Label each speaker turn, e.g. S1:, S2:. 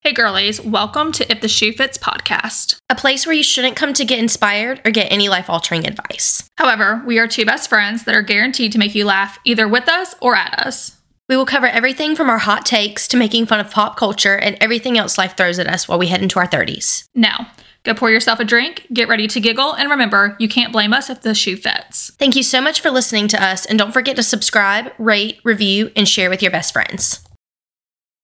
S1: Hey, girlies, welcome to If the Shoe Fits podcast.
S2: a place where you shouldn't come to get inspired or get any life altering advice.
S1: However, we are two best friends that are guaranteed to make you laugh either with us or at us.
S2: We will cover everything from our hot takes to making fun of pop culture and everything else life throws at us while we head into our 30s.
S1: Now, go pour yourself a drink, get ready to giggle, and remember, you can't blame us if the shoe fits.
S2: Thank you so much for listening to us, and don't forget to subscribe, rate, review, and share with your best friends.